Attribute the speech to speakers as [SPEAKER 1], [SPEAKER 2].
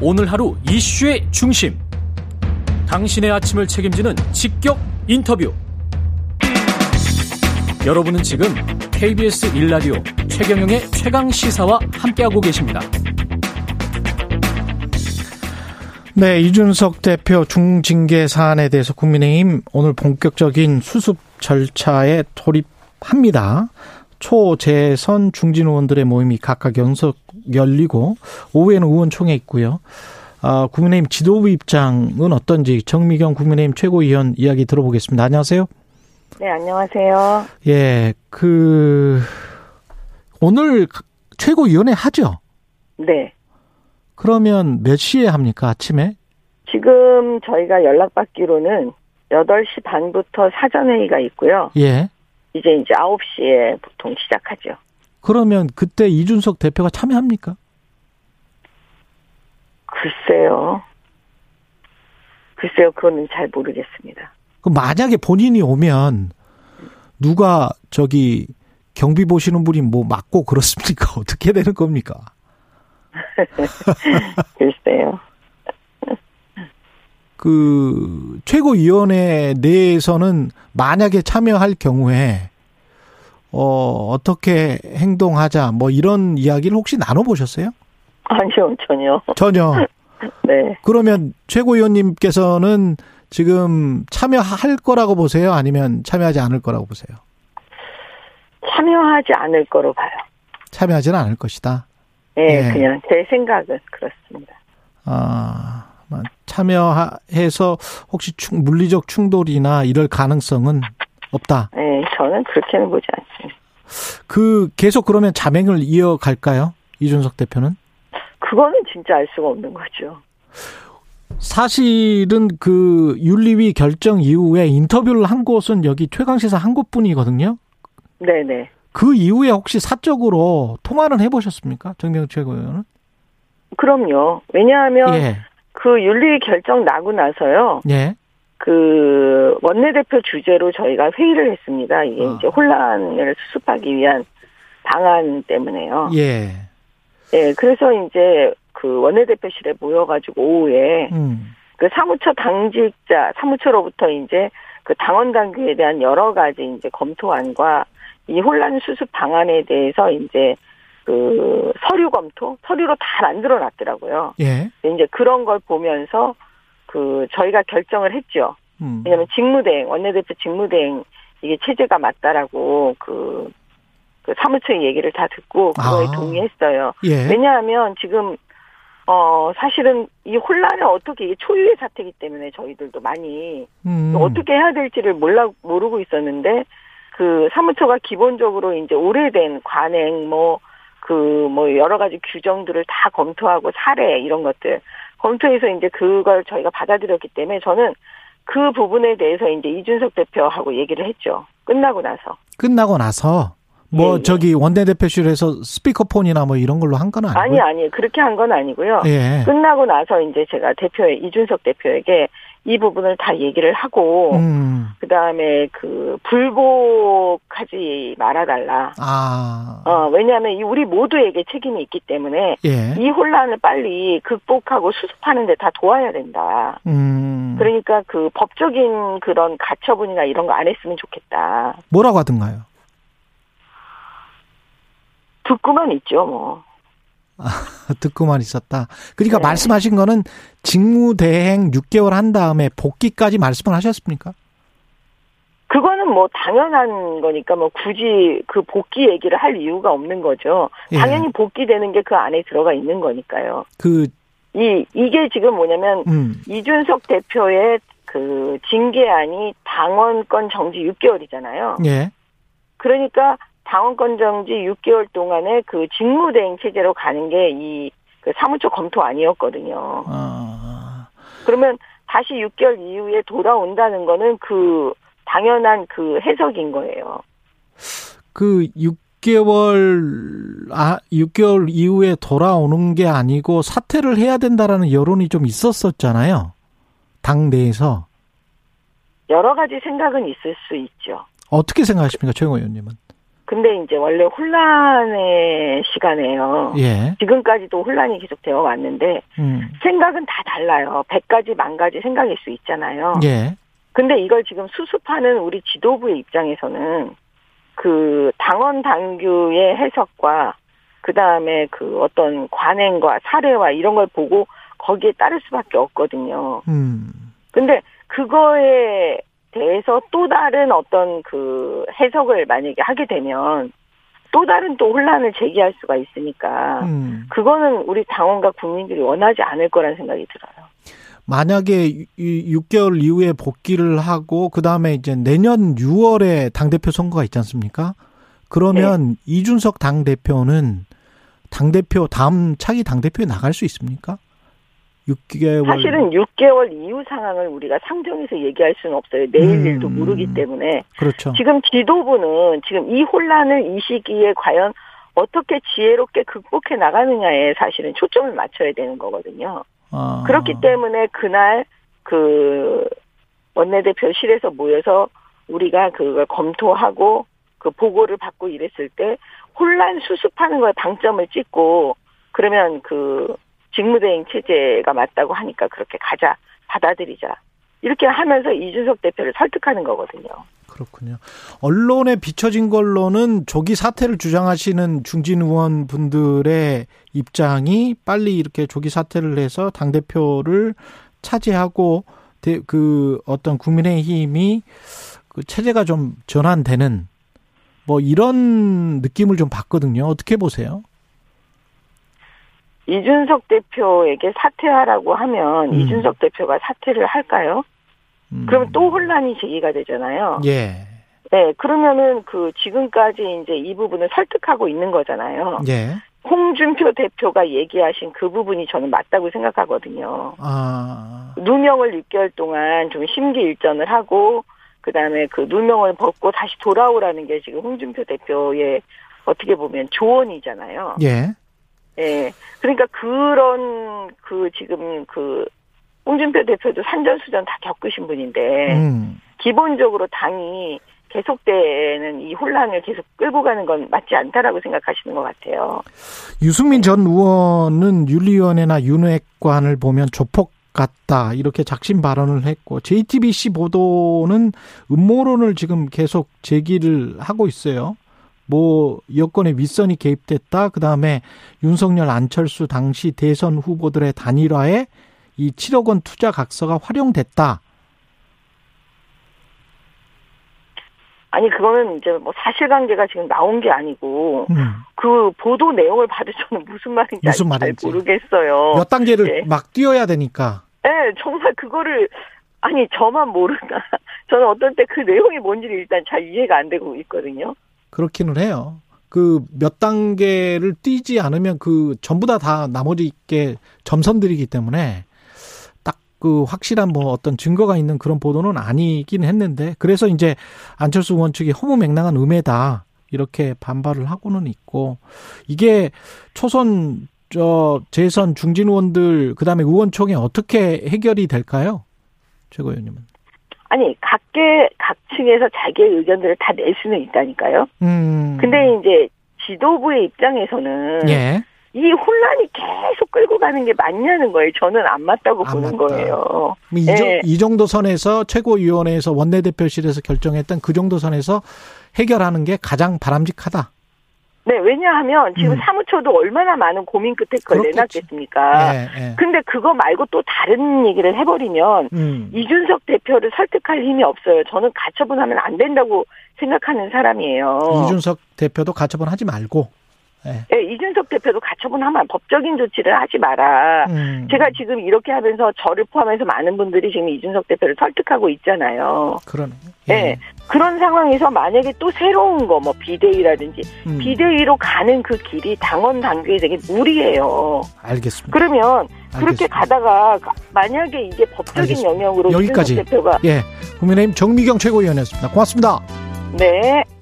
[SPEAKER 1] 오늘 하루 이슈의 중심. 당신의 아침을 책임지는 직격 인터뷰. 여러분은 지금 KBS 1라디오 최경영의 최강 시사와 함께하고 계십니다.
[SPEAKER 2] 네, 이준석 대표 중징계 사안에 대해서 국민의힘 오늘 본격적인 수습 절차에 돌입합니다. 초재선 중진 의원들의 모임이 각각 연속 열리고 오후에는 의원총회 있고요. 아, 국민의힘 지도부 입장은 어떤지 정미경 국민의힘 최고위원 이야기 들어보겠습니다. 안녕하세요.
[SPEAKER 3] 네, 안녕하세요.
[SPEAKER 2] 예, 그 오늘 최고위원회 하죠.
[SPEAKER 3] 네.
[SPEAKER 2] 그러면 몇 시에 합니까? 아침에?
[SPEAKER 3] 지금 저희가 연락받기로는 8시 반부터 사전회의가 있고요.
[SPEAKER 2] 예.
[SPEAKER 3] 이제 이제 9시에 보통 시작하죠.
[SPEAKER 2] 그러면 그때 이준석 대표가 참여합니까?
[SPEAKER 3] 글쎄요. 글쎄요, 그거는 잘 모르겠습니다.
[SPEAKER 2] 그럼 만약에 본인이 오면 누가 저기 경비 보시는 분이 뭐 맞고 그렇습니까? 어떻게 되는 겁니까?
[SPEAKER 3] 글쎄요.
[SPEAKER 2] 그 최고위원회 내에서는 만약에 참여할 경우에 어 어떻게 행동하자 뭐 이런 이야기를 혹시 나눠 보셨어요?
[SPEAKER 3] 아니요, 전혀.
[SPEAKER 2] 전혀.
[SPEAKER 3] 네.
[SPEAKER 2] 그러면 최고위원님께서는 지금 참여할 거라고 보세요? 아니면 참여하지 않을 거라고 보세요?
[SPEAKER 3] 참여하지 않을 거로 봐요.
[SPEAKER 2] 참여하지는 않을 것이다.
[SPEAKER 3] 네,
[SPEAKER 2] 예.
[SPEAKER 3] 그냥 제 생각은 그렇습니다.
[SPEAKER 2] 아, 참여해서 혹시 충, 물리적 충돌이나 이럴 가능성은 없다.
[SPEAKER 3] 네, 저는 그렇게는 보지 않습니다.
[SPEAKER 2] 그 계속 그러면 자맹을 이어갈까요? 이준석 대표는?
[SPEAKER 3] 그거는 진짜 알 수가 없는 거죠.
[SPEAKER 2] 사실은 그 윤리위 결정 이후에 인터뷰를 한 곳은 여기 최강시사 한 곳뿐이거든요.
[SPEAKER 3] 네네.
[SPEAKER 2] 그 이후에 혹시 사적으로 통화는 해보셨습니까? 정명 최고위원은?
[SPEAKER 3] 그럼요. 왜냐하면
[SPEAKER 2] 예,
[SPEAKER 3] 그 윤리 결정 나고 나서요.
[SPEAKER 2] 예,
[SPEAKER 3] 그 원내대표 주제로 저희가 회의를 했습니다. 이게
[SPEAKER 2] 아.
[SPEAKER 3] 이제 혼란을 수습하기 위한 방안 때문에요.
[SPEAKER 2] 예.
[SPEAKER 3] 예, 그래서 이제 그 원내대표실에 모여가지고 오후에
[SPEAKER 2] 음,
[SPEAKER 3] 그 사무처 당직자 사무처로부터 이제 그 당원 당규에 대한 여러 가지 이제 검토안과 이 혼란 수습 방안에 대해서 이제 그 서류 검토 서류로 다 만들어 놨더라고요.
[SPEAKER 2] 예.
[SPEAKER 3] 근데 이제 그런 걸 보면서 그 저희가 결정을 했죠.
[SPEAKER 2] 음,
[SPEAKER 3] 왜냐하면 직무대행 원내대표 직무대행 이게 체제가 맞다라고 그, 그 사무처의 얘기를 다 듣고 그거에
[SPEAKER 2] 아.
[SPEAKER 3] 동의했어요.
[SPEAKER 2] 예.
[SPEAKER 3] 왜냐하면 지금 어 사실은 이 혼란을 어떻게 이게 초유의 사태이기 때문에 저희들도 많이
[SPEAKER 2] 음,
[SPEAKER 3] 어떻게 해야 될지를 몰라 모르고 있었는데 그 사무처가 기본적으로 이제 오래된 관행 뭐 그 뭐 여러 가지 규정들을 다 검토하고 사례 이런 것들 검토해서 이제 그걸 저희가 받아들였기 때문에 저는 그 부분에 대해서 이제 이준석 대표하고 얘기를 했죠. 끝나고 나서.
[SPEAKER 2] 끝나고 나서 뭐
[SPEAKER 3] 예, 예.
[SPEAKER 2] 저기 원내대표실에서 스피커폰이나 뭐 이런 걸로 한 건 아니고
[SPEAKER 3] 아니 아니 그렇게 한 건 아니고요.
[SPEAKER 2] 예.
[SPEAKER 3] 끝나고 나서 이제 제가 대표 이준석 대표에게 이 부분을 다 얘기를 하고
[SPEAKER 2] 음,
[SPEAKER 3] 그다음에 그 불복하지 말아달라.
[SPEAKER 2] 아,
[SPEAKER 3] 어 왜냐하면 이 우리 모두에게 책임이 있기 때문에
[SPEAKER 2] 예,
[SPEAKER 3] 이 혼란을 빨리 극복하고 수습하는데 다 도와야 된다.
[SPEAKER 2] 음,
[SPEAKER 3] 그러니까 그 법적인 그런 가처분이나 이런 거 안 했으면 좋겠다.
[SPEAKER 2] 뭐라고 하던가요?
[SPEAKER 3] 듣고만 있죠, 뭐.
[SPEAKER 2] 듣고만 있었다. 그러니까
[SPEAKER 3] 네.
[SPEAKER 2] 말씀하신 거는 직무대행 6개월 한 다음에 복귀까지 말씀을 하셨습니까?
[SPEAKER 3] 그거는 뭐 당연한 거니까 뭐 굳이 그 복귀 얘기를 할 이유가 없는 거죠.
[SPEAKER 2] 예.
[SPEAKER 3] 당연히 복귀되는 게 그 안에 들어가 있는 거니까요.
[SPEAKER 2] 그,
[SPEAKER 3] 이 이게 지금 뭐냐면
[SPEAKER 2] 음,
[SPEAKER 3] 이준석 대표의 그 징계안이 당원권 정지 6개월이잖아요.
[SPEAKER 2] 예,
[SPEAKER 3] 그러니까 당원권 정지 6개월 동안에 그 직무대행 체제로 가는 게 이그 사무처 검토 아니었거든요.
[SPEAKER 2] 아,
[SPEAKER 3] 그러면 다시 6개월 이후에 돌아온다는 거는 그 당연한 그 해석인 거예요.
[SPEAKER 2] 그 6개월 아 6개월 이후에 돌아오는 게 아니고 사퇴를 해야 된다라는 여론이 좀 있었었잖아요. 당 내에서
[SPEAKER 3] 여러 가지 생각은 있을 수 있죠.
[SPEAKER 2] 어떻게 생각하십니까, 최영 의원님은?
[SPEAKER 3] 근데 이제 원래 혼란의 시간에요.
[SPEAKER 2] 예.
[SPEAKER 3] 지금까지도 혼란이 계속 되어 왔는데
[SPEAKER 2] 음.
[SPEAKER 3] 생각은 다 달라요. 100가지 만 가지 생각일 수 있잖아요.
[SPEAKER 2] 예.
[SPEAKER 3] 근데 이걸 지금 수습하는 우리 지도부의 입장에서는 그 당원 당규의 해석과 그 다음에 그 어떤 관행과 사례와 이런 걸 보고 거기에 따를 수밖에 없거든요.
[SPEAKER 2] 음.
[SPEAKER 3] 근데 그거에 대해서 또 다른 어떤 그 해석을 만약에 하게 되면 또 다른 또 혼란을 제기할 수가 있으니까
[SPEAKER 2] 음.
[SPEAKER 3] 그거는 우리 당원과 국민들이 원하지 않을 거란 생각이 들어요.
[SPEAKER 2] 만약에 이- 이 6개월 이후에 복귀를 하고 그다음에 이제 내년 6월에 당 대표 선거가 있지 않습니까?
[SPEAKER 3] 네.
[SPEAKER 2] 그러면 이준석 당 대표는 당 대표 다음 차기 당 대표에 나갈 수 있습니까? 6개월
[SPEAKER 3] 사실은 6개월 이후 상황을 우리가 상정해서 얘기할 수는 없어요. 내일
[SPEAKER 2] 음.
[SPEAKER 3] 일도 모르기 때문에
[SPEAKER 2] 그렇죠.
[SPEAKER 3] 지금 지도부는 지금 이 혼란을 이 시기에 과연 어떻게 지혜롭게 극복해 나가느냐에 사실은 초점을 맞춰야 되는 거거든요.
[SPEAKER 2] 아.
[SPEAKER 3] 그렇기 때문에 그날 그 원내대표실에서 모여서 우리가 그걸 검토하고 그 보고를 받고 이랬을 때 혼란 수습하는 거에 방점을 찍고 그러면 그 직무대행 체제가 맞다고 하니까 그렇게 가자 받아들이자 이렇게 하면서 이준석 대표를 설득하는 거거든요.
[SPEAKER 2] 그렇군요. 언론에 비춰진 걸로는 조기 사퇴를 주장하시는 중진 의원 분들의 입장이 빨리 이렇게 조기 사퇴를 해서 당 대표를 차지하고 대- 그 어떤 국민의힘이 그 체제가 좀 전환되는 뭐 이런 느낌을 좀 받거든요. 어떻게 보세요?
[SPEAKER 3] 이준석 대표에게 사퇴하라고 하면
[SPEAKER 2] 음.
[SPEAKER 3] 이준석 대표가 사퇴를 할까요?
[SPEAKER 2] 음.
[SPEAKER 3] 그러면 또 혼란이 제기가 되잖아요.
[SPEAKER 2] 예,
[SPEAKER 3] 네, 그러면은 그 지금까지 이제 이 부분을 설득하고 있는 거잖아요.
[SPEAKER 2] 예,
[SPEAKER 3] 홍준표 대표가 얘기하신 그 부분이 저는 맞다고 생각하거든요.
[SPEAKER 2] 아,
[SPEAKER 3] 누명을 6개월 동안 좀 심기일전을 하고 그다음에 그 누명을 벗고 다시 돌아오라는 게 지금 홍준표 대표의 어떻게 보면 조언이잖아요.
[SPEAKER 2] 예,
[SPEAKER 3] 예. 그러니까 그런 그 지금 그 홍준표 대표도 산전수전 다 겪으신 분인데
[SPEAKER 2] 음,
[SPEAKER 3] 기본적으로 당이 계속되는 이 혼란을 계속 끌고 가는 건 맞지 않다라고 생각하시는 것 같아요.
[SPEAKER 2] 유승민 전 의원은 윤리위원회나 윤핵관을 보면 조폭 같다 이렇게 작심 발언을 했고 JTBC 보도는 음모론을 지금 계속 제기를 하고 있어요. 뭐 여권의 윗선이 개입됐다. 그 다음에 윤석열 안철수 당시 대선 후보들의 단일화에 이 7억 원 투자 각서가 활용됐다.
[SPEAKER 3] 아니 그거는 이제 뭐 사실관계가 지금 나온 게 아니고
[SPEAKER 2] 음,
[SPEAKER 3] 그 보도 내용을 봐도 저는 무슨 말인지,
[SPEAKER 2] 무슨
[SPEAKER 3] 아직
[SPEAKER 2] 말인지.
[SPEAKER 3] 잘 모르겠어요.
[SPEAKER 2] 몇 단계를
[SPEAKER 3] 예.
[SPEAKER 2] 막 뛰어야 되니까.
[SPEAKER 3] 예, 정말 그거를 아니 저만 모르나 저는 어떨 때 그 내용이 뭔지를 일단 잘 이해가 안 되고 있거든요.
[SPEAKER 2] 그렇기는 해요. 그 몇 단계를 뛰지 않으면 그 전부 다 다 나머지 게 점선들이기 때문에 딱 그 확실한 뭐 어떤 증거가 있는 그런 보도는 아니긴 했는데 그래서 이제 안철수 의원 측이 허무 맹랑한 음해다 이렇게 반발을 하고는 있고 이게 초선 저 재선 중진 의원들 그다음에 의원총회 어떻게 해결이 될까요? 최고위원님은.
[SPEAKER 3] 아니 각계 각층에서 자기의 의견들을 다 낼 수는 있다니까요.
[SPEAKER 2] 음.
[SPEAKER 3] 근데 이제 지도부의 입장에서는
[SPEAKER 2] 예.
[SPEAKER 3] 이 혼란이 계속 끌고 가는 게 맞냐는 거예요. 저는 안 맞다고
[SPEAKER 2] 안
[SPEAKER 3] 보는
[SPEAKER 2] 맞다.
[SPEAKER 3] 거예요.
[SPEAKER 2] 이, 정-
[SPEAKER 3] 예.
[SPEAKER 2] 이 정도 선에서 최고위원회에서 원내대표실에서 결정했던 그 정도 선에서 해결하는 게 가장 바람직하다.
[SPEAKER 3] 네, 왜냐하면 지금
[SPEAKER 2] 음.
[SPEAKER 3] 사무처도 얼마나 많은 고민 끝에 그걸
[SPEAKER 2] 그렇겠지.
[SPEAKER 3] 내놨겠습니까?
[SPEAKER 2] 예, 예.
[SPEAKER 3] 근데 그거 말고 또 다른 얘기를 해버리면
[SPEAKER 2] 음.
[SPEAKER 3] 이준석 대표를 설득할 힘이 없어요. 저는 가처분하면 안 된다고 생각하는 사람이에요.
[SPEAKER 2] 이준석 대표도 가처분 하지 말고. 예.
[SPEAKER 3] 예, 이준석 대표도 가처분하면 법적인 조치를 하지 마라.
[SPEAKER 2] 음.
[SPEAKER 3] 아, 제가 지금 이렇게 하면서 저를 포함해서 많은 분들이 지금 이준석 대표를 설득하고 있잖아요.
[SPEAKER 2] 그러네.
[SPEAKER 3] 예. 그런 상황에서 만약에 또 새로운 거, 뭐 비대위라든지
[SPEAKER 2] 음.
[SPEAKER 3] 비대위로 가는 그 길이 당원 당규에 되게 무리예요.
[SPEAKER 2] 알겠습니다.
[SPEAKER 3] 그러면 그렇게
[SPEAKER 2] 알겠습니다.
[SPEAKER 3] 가다가 만약에 이게 법적인
[SPEAKER 2] 알겠습니다.
[SPEAKER 3] 영역으로
[SPEAKER 2] 여기까지.
[SPEAKER 3] 이준석 대표가
[SPEAKER 2] 예. 국민의힘 정미경 최고위원이었습니다. 고맙습니다.
[SPEAKER 3] 네.